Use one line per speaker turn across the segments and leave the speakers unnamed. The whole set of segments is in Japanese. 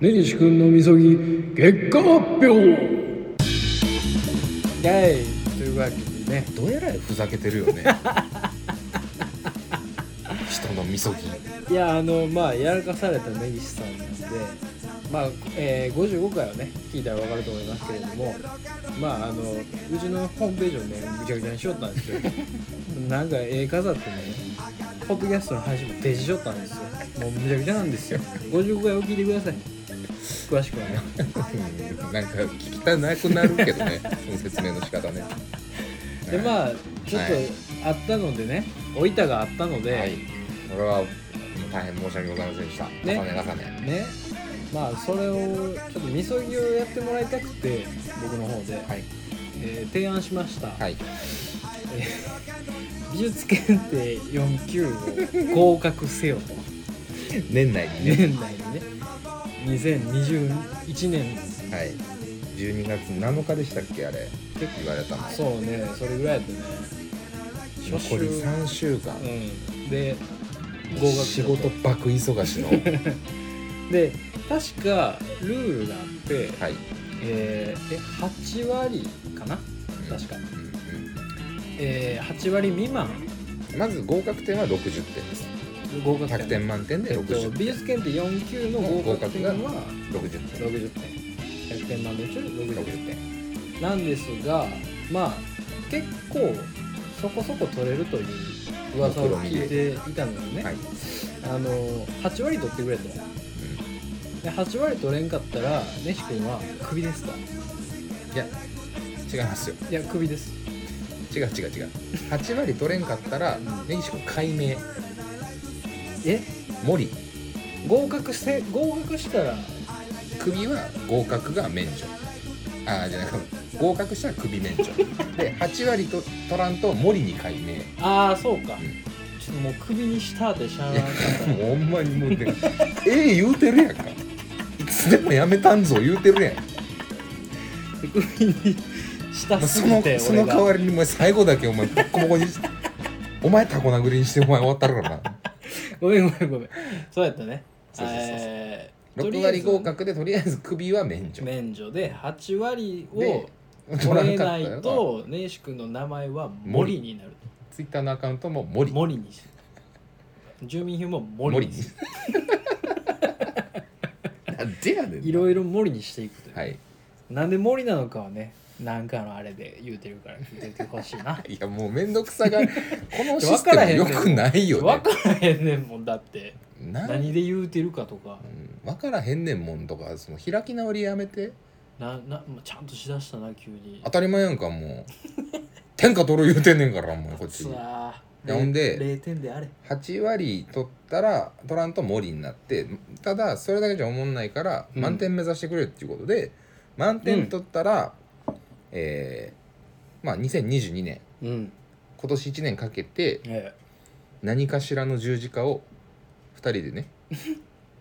根岸君のみそぎ結果発表イェイというわけでね
どうやらふざけてるよ ね人のみそぎ
いやあのまあやらかされた根岸さんなんでまあ、えー55回をね聞いたら分かると思いますけれどもまああのうちのホームページをねぐちゃぐちゃにしよったんですよなんか絵飾ってねポッドキャストの話も停止しよったんですよもうぐちゃぐちゃなんですよ55回を聞いてください詳しくはね
うんなんか聞きたなくなる けどねその説明の仕方ね
で
あ
まあちょっと
はい
あったのでねお板があったので、
はいこれは大変申し訳ございませんでした重
ね
ね重ね
ねまあそれをちょっとみそぎをやってもらいたくて僕の方で、
はい
えー提案しました、
はい
美術検定4級を合格せよと
年内にね
年内にね2021年
はい12月7日でしたっけあれ
結
言われたの
そうねそれぐらいやったね初
残り3週間
うんで合格し
仕
ろと
事爆 忙しのは
で確かルールがあって、
い、
えーえ8割かな
うん
確か
うん
えー、8割未満
うんまず合格点は60点です
合格点
100点満点
え
で
っと、
60
美術検定4級の合
合
格
格
点
が
は
60点
60点100点満点中60
60
点なんですがまあ結構そこそこ取れるという噂を聞いていたのでね、
はい、
あの8割取ってくれと
うん
で8割取れんかったら根岸君はクビですと
いや違いますよ
いやクビです
違う違う違う8割取れんかったら
ん
根岸君解明
え
森
合格せ合格したら
首は合格が免除ああじゃなく合格したら首免除で8割と取らんと森に解明
ああそうか、
ん
ちょっともうクビにしたってしゃあない
ほんまにもう てええ言うてるやんかいつでもやめたんぞ言うてるやん、
首にした
まあ
す
そ
ぎ
の
て
そ
俺
の代
が
わりにお前最後だけお前ボッコボコにしお前タコ殴りにしてお前終わったるからな
ごめんごめんごめんそうやったね
そうそうそうそう
えーと
6
りあえ
割
ず
合格でとりあえず首は免除
免除で8割を
で
取れな
取らんか
い
ったら
と根岸君の名前は森になる
ツイッターのアカウントも森
森にする住民票も森
森
に
に
す
なんでやねん
る
ない
ろいろ森にしていくという、
はい
なんで森なのかはねなんかのあれで言うてるから聞いててほしいな
いやもう面倒くさ がこのシス
わから
テ
へん
ム
ね
よ
ん
くないよ
分
ね
からへんねんもんだって
なうん
何で言うてるかとか
分からへんねんもんとかその開き直りやめて
ななちゃんとしだしたな急に
当たり前やんか もう天下取る言うてんねんからお前こっち
つわ
いやほんで
0点であれ
8割取ったら取らんと森になってただそれだけじゃおもんないから
うん
満点目指してくれっていうことで、満点取ったら、えーまあ2022年
うん
今年1年かけて
え
何かしらの十字架を2人でね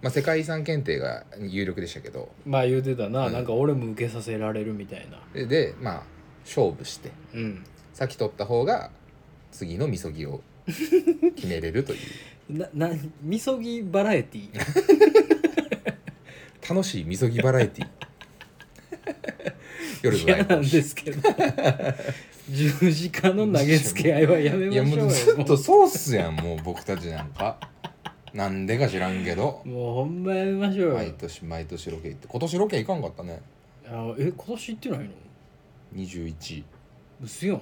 まあ世界遺産検定が有力でしたけど
えまあ言うてたな、
うん
なんか俺も受けさせられるみたいな
ででまあ勝負して
うん
先取った方が次のみそぎを決めれるという
ななみそぎバラエティー
楽しいみそぎバラエティ夜のラ
嫌
イ
なん
ブ
ですけど十字架の投げつけ合いはやめま
い
しょ
や
うよ
もうずっとそうっすやんもう僕たちなんかなんでか知らんけど
もうもうほんまやめましょうよ、
毎年毎年ロケ行って今年ロケ行かんかったね
あえ今年行ってないの
21行
うすやん
っ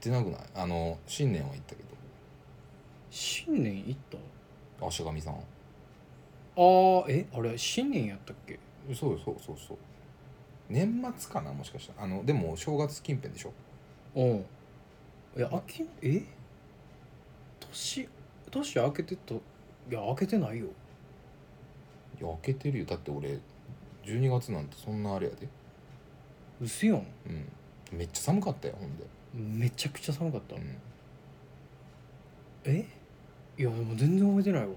てなくないあの新年は行ったけ
新年行った
ど足神さん
あーえあれ新年やったっけ
そうそうそうそう年末かなもしかしたらあのでも正月近辺でしょ
うんいやあきえ年年明けてたいや明けてないよ
いや開けてるよだって俺12月なんてそんなあれやで
うすやん
うんめっちゃ寒かったよほんで、
めちゃくちゃ寒かった、
うん、
えいやもう全然覚えてないわ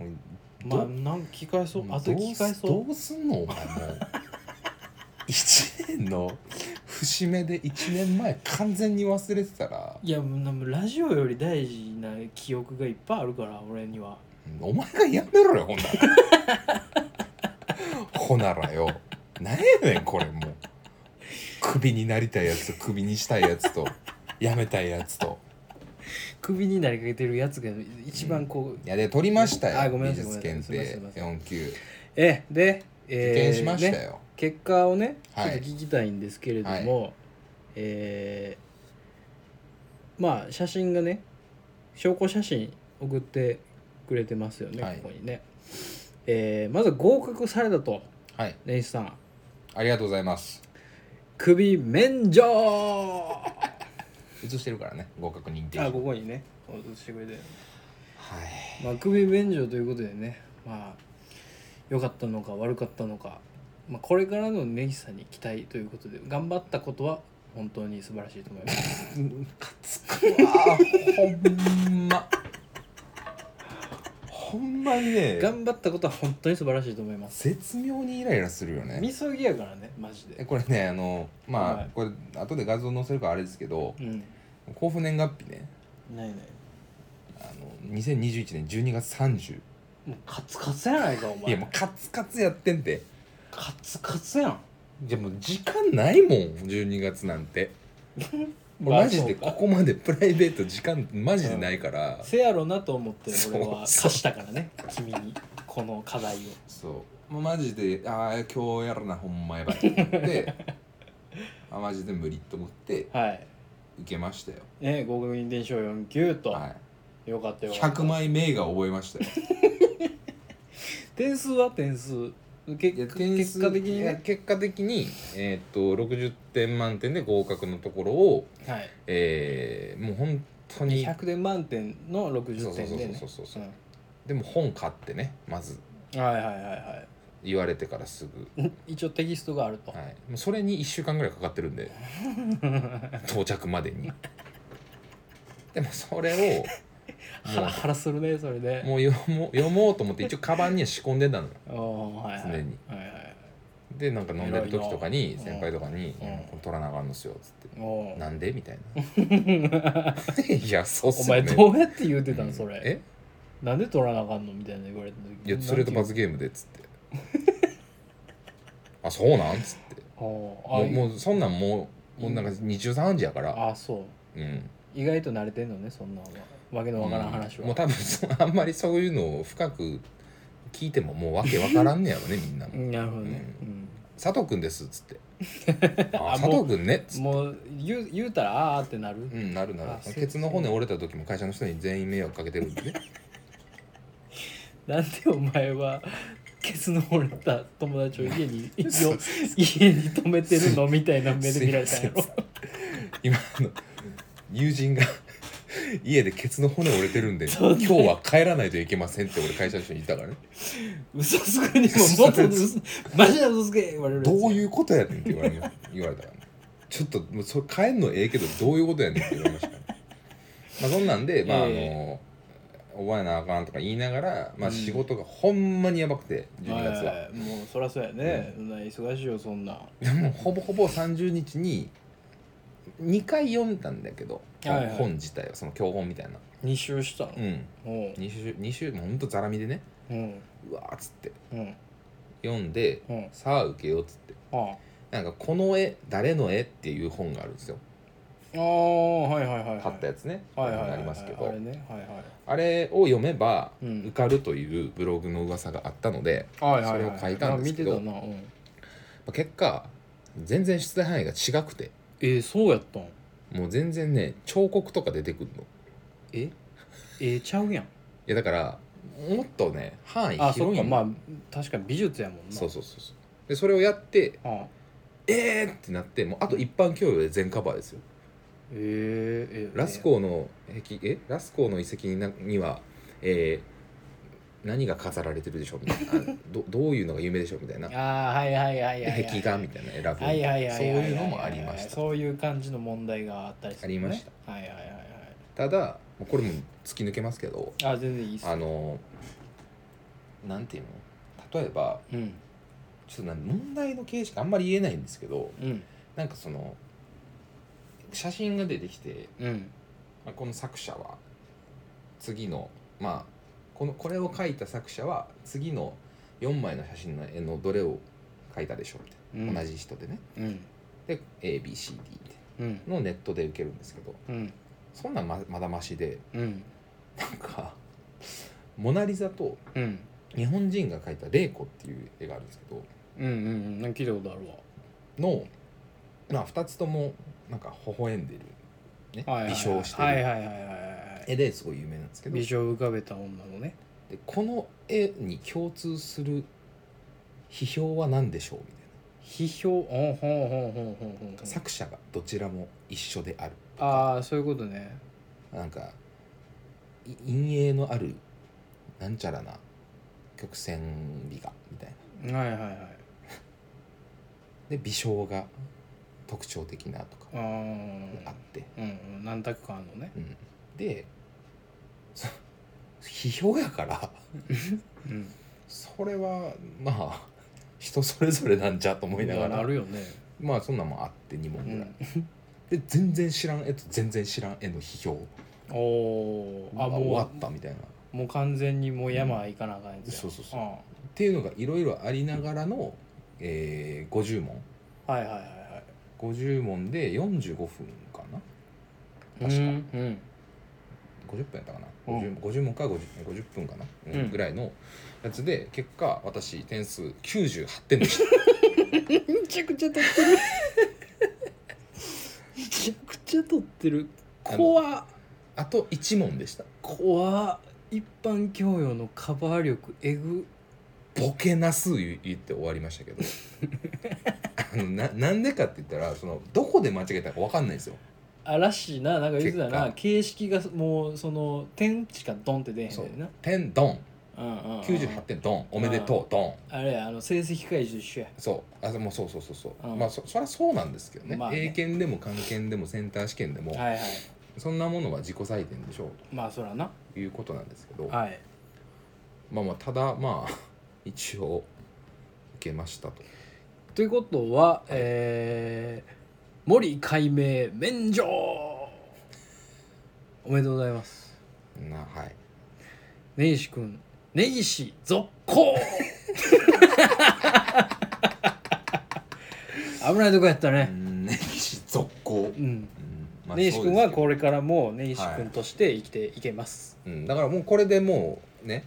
俺
まあ
ど
なんか聞き返そう
も
あと
ど
聞き返
すど
そう
すんのお前もう1年の節目で1年前完全に忘れてたら
ういやもうなんもラジオより大事な記憶がいっぱいあるから俺には
お前がやめろよほんなら ほならよなんやねんこれもうクビになりたいやつとクビにしたいやつとやめたいやつと
クビになりかけてるやつが一番こう、
いやで取りましたよ
あごめん
美
なさい
術検
ごめんなさいす
定
いません
4級
えで、
受
え
験
ー
しました
ね
よ、
結果をねちょ
は
っ
い
と聞きたいんですけれども、えーまあ写真がね証拠写真送ってくれてますよね、
はい
ここにね、えーまず合格されたと
はい
根岸さん
ありがとうございます
首免除
映してるからね合格認定
あここにね映してくれて
はい
まあ、首免除ということでねまあ良かったのか悪かったのか、まあ、これからの根岸さんに期待ということで頑張ったことは本当に素晴らしいと思います
うわーほんま ほんまにね
頑張ったことは本当に素晴らしいと思います
絶妙にイライラするよ
み
ね
そぎやからねマジ
え
で
これねあのまあ、
はい
これ後で画像載せるからあれですけど
うん
甲府年月日ね
ないない
あの2021年12月30
もうカツカツやないかお
い
前
やもうカツカツやってんて
カツカツやん
いやもう時間ないもん12月な んて俺マジでここまでプライベート時間マジでないから、
せやろなと思って俺は
そうそう
貸したからね君にこの課題を
そうもうマジでああ今日やるなほんまやばいって思って あマジで無理と思って
はい
受けましたよ、
ね合格認定証4級と、
は
よかった
い、
よかった
100枚名画覚えましたよ
点数は点数
いや
結
点
結
数
果的に
いや
ね
結果的に、えーっと60点満点で合格のところを、
はい
えーもう本当に
100点満点の
そう
60
そう
点
そう
でね
そうそうそう、でも本買ってねまず
うんはいはいはいは
言われてからすぐ、
い一応テキストがあると、
はい、もうそれに1週間ぐらいかかってるんで到着までにでもそれを
ハラハラするねそれで
もう読もう読もうと思って一応カバンには仕込んでたのよ
おーはいはい
常に
はいはい
でなんか飲んでる時とか
偉
に
いな
先輩とかに「
うん
いやこれ取らなあかんのっすよ」っつって
お
「
ー
なんで?」みたい な「いやそうっ
お
すよ
前
ね」
どうやって言うてた
うん
んそれ、
え
なんで取らなあかんのみたいな言われた
い
時
やそれと罰ゲームで」っ つって「あそうなん?」っつって
おーあ
もうもうそんなんもうもうなんか二重三時やから
あそう
うん
意外と慣れてんのねそんなわけのわからん話
うんも
は、
う多分そあんまりそういうのを深く聞いてももうわけわからんねやろねみんな
う
も
んなるほどね、
う
うん
「佐藤君です」っつって「あ
あ
佐藤君ね」っつって
もう言う言うたらああーってなる、
うんなるなる
あ
ケツの骨折れた時も会社の人に全員迷惑かけてるんでね
なんでお前はケツの折れた友達を家によ
そう
家に泊めてるのみたいな目で見られたんやろ
すい今あの友人が家でケツの骨折れてるんで
そ
今
うね
日は帰らないといけませんって俺会社の人に言ったからね
嘘つくにももっと嘘マジで嘘つけ言われる
どういううことやねんって言われま言われたからねちょっともうそれ帰んのええけどどういうことやねんって言われましたからねまあそんなんでまああの
え
覚えなあかんとか言いながら、まあ、
うん
仕事がほんまにやばくて12月は、
もうそらそうやね、そんな忙しいよそんなは
でもほぼほぼ30日に2回読んだんだけど、
はいはい
本自体はその教本みたいな、
2周したの
うん、
うん
2週二週もうほんとざらみでね
うん
うわーっつって
うん
読んで、
うん
さあ受けようっつって
あ
なんか「この絵誰の絵?」っていう本があるんですよ
あーはいはいはいはい
買ったやつね、
はいはいはい
ありますけど、
あれねはいはい
あれを読めば、
うん
受かるというブログの噂があったので、
はいはいはい
それを書いたんですけ
あ
ど
見てたな、うん、
まあ結果全然出題範囲が違くて
えー、そうやったん
もう全然ね彫刻とか出てくるの。
ええー、ちゃうやん
いやだからもっとね範囲
あ
広
そっ
い
か
ん
まあ確かに美術やもんな
そうそうそうそうでそれをやって
あ
えーってなってもうあと一般教養で全カバーですよ
えー、え
ラスコーの壁えラスコーの遺跡になにはえー何が飾られてるでしょうみたいなあどどういうのが有名でしょうみたいな
ああはいはいはいはいはい
壁画みたいな選ぶ
はいはいはい
そう
はいはい
いうのもありました
そういう感じの問題があったりするね
ありまし
はいはいはいは
ただもうこれも突き抜けますけど
いあ全然いいっす
あのなんていうの例えば
うん
ちょっとな問題の形式あんまり言えないんですけど
うん
なんかその写真が出てきて、
うん
まあ、この作者は次のまあこのこれを描いた作者は次の4枚の写真の絵のどれを書いたでしょみたいな、
うん
同じ人でね
うん
で ABCD
うん
のネットで受けるんですけど
うん
そんなんままだましで
うん
なんか「モナ・リザ」と
うん
日本人が描いた「レイコ」っていう絵があるんですけど
うんうんうん聞いたことあるわ
の、まあ、2つともなんか微笑んでる、ね
はいはいはい
微笑して
はい
る
はいはいはいはい
絵ですごい有名なんですけど
微笑浮かべた女のね
でこの絵に共通する批評は何でしょうみたい
批評ほんほんほんほんほんほん
な作者がどちらも一緒であるとか
ああそういうことね
なんかい陰影のあるなんちゃらな曲線美がみたいな
はいはいはい
で微笑が特徴的なとか
あ
あっ
ー
て、
うんうん何択かあんのね
うん、でそ批評やから
うん
それはまあ人それぞれなんじゃと思いなが
あ
ら
るよね
まあそんなんもあって2問
う
ぐらい
ん、
で全然知らん絵と全然知らん絵の批評
おおー
あ
あ
終わ
も
ったみたいなっ
うもう完全にもう山行かなあかんやつや
そうそうそう
あ
ていうのがいろいろありながらの、えー、50問
ーはいはいはいはい
50問で45分かな確か
かうん
50分やったかな、
うん
50, 50問か 50, 50分かな、うん
うん
ぐらいのやつで結果私点数98点 でした
めちゃくちゃ撮ってるめちゃくちゃ撮ってる怖っ
あと1問でした
怖っ一般教養のカバー力えぐ
ボケなす言って終わりましたけ どあのななんでかって言ったらそのどこで間違えたか分かんないんですよ
嵐ななんか言ってた
結
な
果
形式がもうその点しかドンって出へんねんな
点ドン
うんうんうん
98点ドンおめでとうドン
あれやあの成績開示と一緒や
そうあもうそうそうそうそう、
うん
まあそそりゃそうなんですけどね,、
まあね
英検でも漢検でもセンター試験でも、
はいはい
そんなものは自己採点でしょう
まあそらな
ということなんですけど、
はい
まあまあただまあ 一応受けましたと
ということは、えー、森解明免除おめでとうございます
なはい
根岸君根岸続 行危ないとこやったね、
根岸続行
うん
まあ
根岸君
そう
は
ですけど
これからも根岸君として生きていけます、
うん、だからもうこれでもうね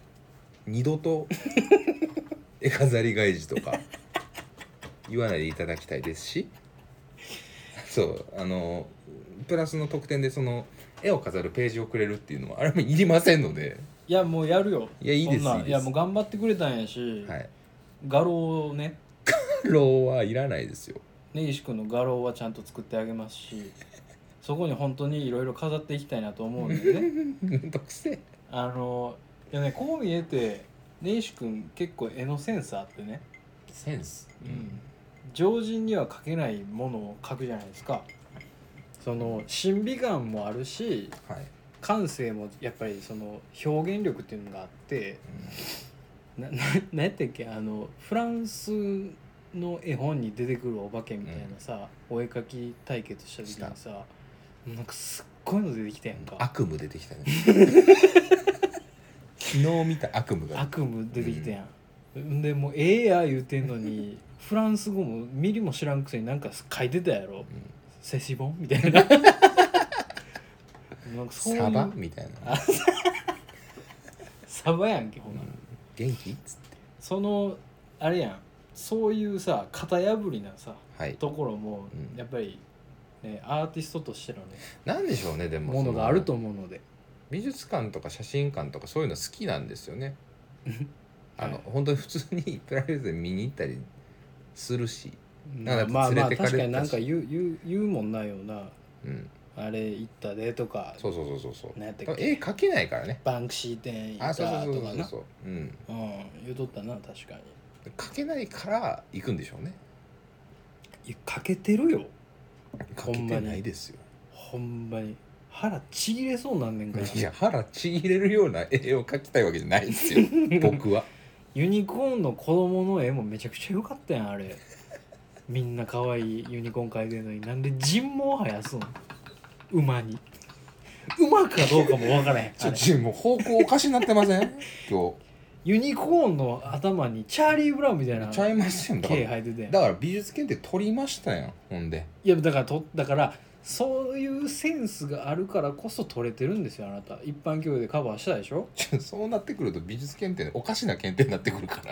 二度と 絵飾り返しとか言わないでいただきたいですしそうあのプラスの特典でその絵を飾るページをくれるっていうのはあれもいりませんので、
い、やもうやるよ
いやいいです
そんない
いです
やもう頑張ってくれたんやし、
はい、
画廊をね
ローはいらないですよ
根岸君の画廊はちゃんと作ってあげます しそこに本当にいろいろ飾っていきたいなと思うんで ね
めんどくせえ
あのいやねこう見えて根岸君結構絵のセンスあってね、
センス、うん、
常人には描けないものを描くじゃないですかその審美眼もあるし
はい、
感性もやっぱりその表現力っていうのがあってな な何やったっけあのフランスの絵本に出てくるお化けみたいなさ、お絵描き対決した時にさなんかすっごいの出てきたやん
うん
か
悪夢出て きたね昨日見た悪夢が
悪夢出てきたやん、ん、でもうええや言うてんの にフランス語もミリも知らんくせになんか書いてたやろ
うん
「セシボン」みた いななんかそういう
サバみたいな
あサバやんけほ
うん
な、
ん元気っつって
そのあれやんそういうさ型破りなさ
はい
ところも
うん
やっぱり、ね、アーティストとしてのね
なんでしょうねでも
もの
そ
があると思うので
美術館とか写真館とかそういうの好きなんですよね
うん
あの、
はい
本当に普通にプライベートで見に行ったりするし、
ま
な
あ
んか
まあま
連
あ
れてかれ
確
たし
かになんか言う言う言うもんないような
うん、
あれ行ったでとか
そうそうそうそうそう
なんやった
多
っ
分絵
け
描けないからね
バンクシー店行った
あそうそうそ
と
うそ
か
う
な
そううん
うん言うとったな確かに
描けないから行くんでしょうね
いや欠けてるよほ
描
ん
け
ま
て
に
ないですよ
ほんまに腹ちぎれそうなんねんから
いや腹ちぎれるような絵を描きたいわけじゃないです よ僕は
ユニコーンの子供の絵もめちゃくちゃ良かったやんあれみんな可愛いユニコーン描いてるのになんで人毛生やすん馬に馬かどうかも分からへん
ち
あ
ょ
れ
ちょもう方向おかしになってません今日
ユニコーンの頭にチャーリー・ブラウンみたいな
ちゃいますよだか
毛
ら
生えてて
だから美術検定取りましたやんほんで
いやだからとだからそういうセンスがあるからこそ取れてるんですよあなた一般教養でカバーしたでしょ
ちょそうなってくると美術検定おかしな検定になってくるから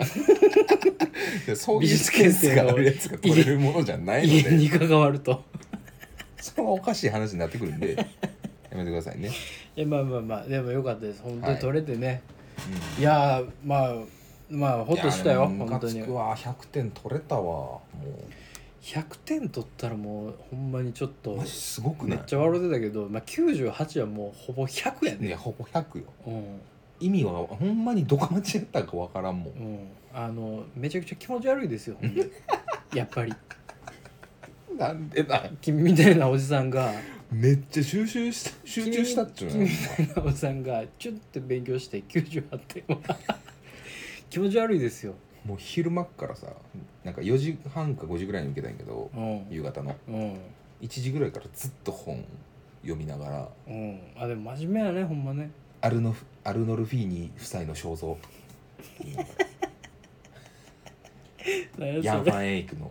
いやそう
美
美
術
術
検定
検定
の
があるやつが取れるものじゃない
家
ので
に関わると
それはおかしい話になってくるんで やめてくださいね、
いやまあまあまあでもよかったです本当に取れてね、
うん
い、やーまあまあほっとしたよ本当に
わ100点取れたわも
100点取ったらもうほんまにちょっ
う
と
マジすごく
め
ない
っちゃ笑ってたけど、まあ、98はもうほぼ100や
いや
ね
ほぼ100よ
うん
意味はほんまにどこ間違ったかわからんもん
うんあのめちゃくちゃ気持ち悪いですよほんで やっぱり
なんでだ
君みたいなおじさんが
めっちゃ集中した集中したっちゅうの
君みたいなおじさんがチュッて勉強して98点は 気持ち悪いですよ
もう昼間っからさなんか4時半か5時ぐらいに受けたんやけど
うん
夕方の
うん
1時ぐらいからずっと本読みながら
うんあでも真面目やねほんまね
アルノフアルノルフィーニ夫妻の 肖像
何
ヤ
やそ
ン・フ
れ
ァン・エイクの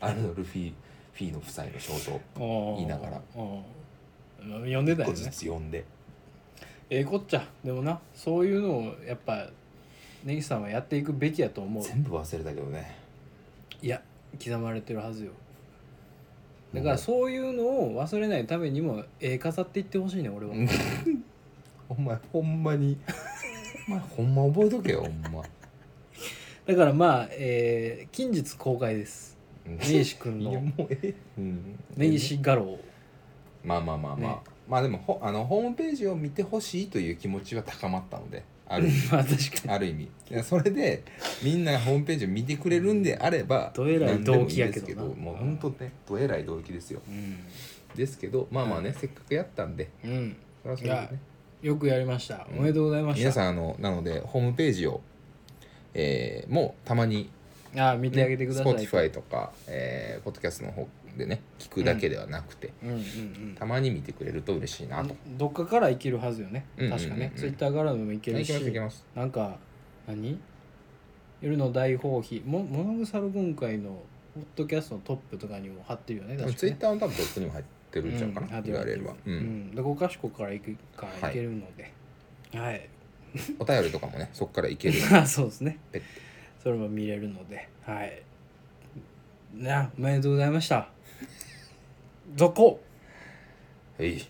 アルノルフィーフィーの夫妻の肖像
うん
言いながら
うんまあ読んでた
一
よ
個ず
ね
つ読んで
ええこっちゃでもなそういうのをやっぱ根岸さんはやっていくべきやと思う
全部忘れたけどね
いや刻まれてるはずよだからそういうのを忘れないためにも絵飾っていってほしいね俺は、
うんお前ほんまにお前ほんま覚えとけよほんま
だからまあ、えー近日公開です 根岸君
いや
の
もうええうん
根岸画廊
まあまあまあまあ、
ね
まあでもほあのホームページを見てほしいという気持ちは高まったのである意 味
まあ確かに
ある意味いやそれでみんながホームページを見てくれるんであれば
どえらい
何でも
動機やけどな
ですもう本当ねどえらい動機ですよ
うん、
ですけどまあまあね、
うん
せっかくやったんで
うん、
それはそ
い
れで
や
ね
よくやりました
うん
おめでとうございました、
皆さんあのなのでホームページを、えーもうたまに
ああ見てあげてください、
ね、Spotify とか、えー、ポッドキャストの方でね聞くだけではなくて、
うんうんうん
たまに見てくれると嬉しいなと、
どっかから生きるはずよね
うんうんうん
確かね、ツイッターからでもいけ
は
る
いい
し
けますいけます
なんか何夜の大放棄も物腐る軍会のポッドキャストのトップとかにも貼ってるよね
で
確
も
か
ツイ
ね
ッターの多分どっちにも入ってるんちゃうか
うん貼
な、
って
言
る
われれば、う
うんんどこかしこから行くから行けるのではい、
お便りとかもねそこからいける
そうですね
ペッて
それも見れるのではいなおめでとうございました続行
はい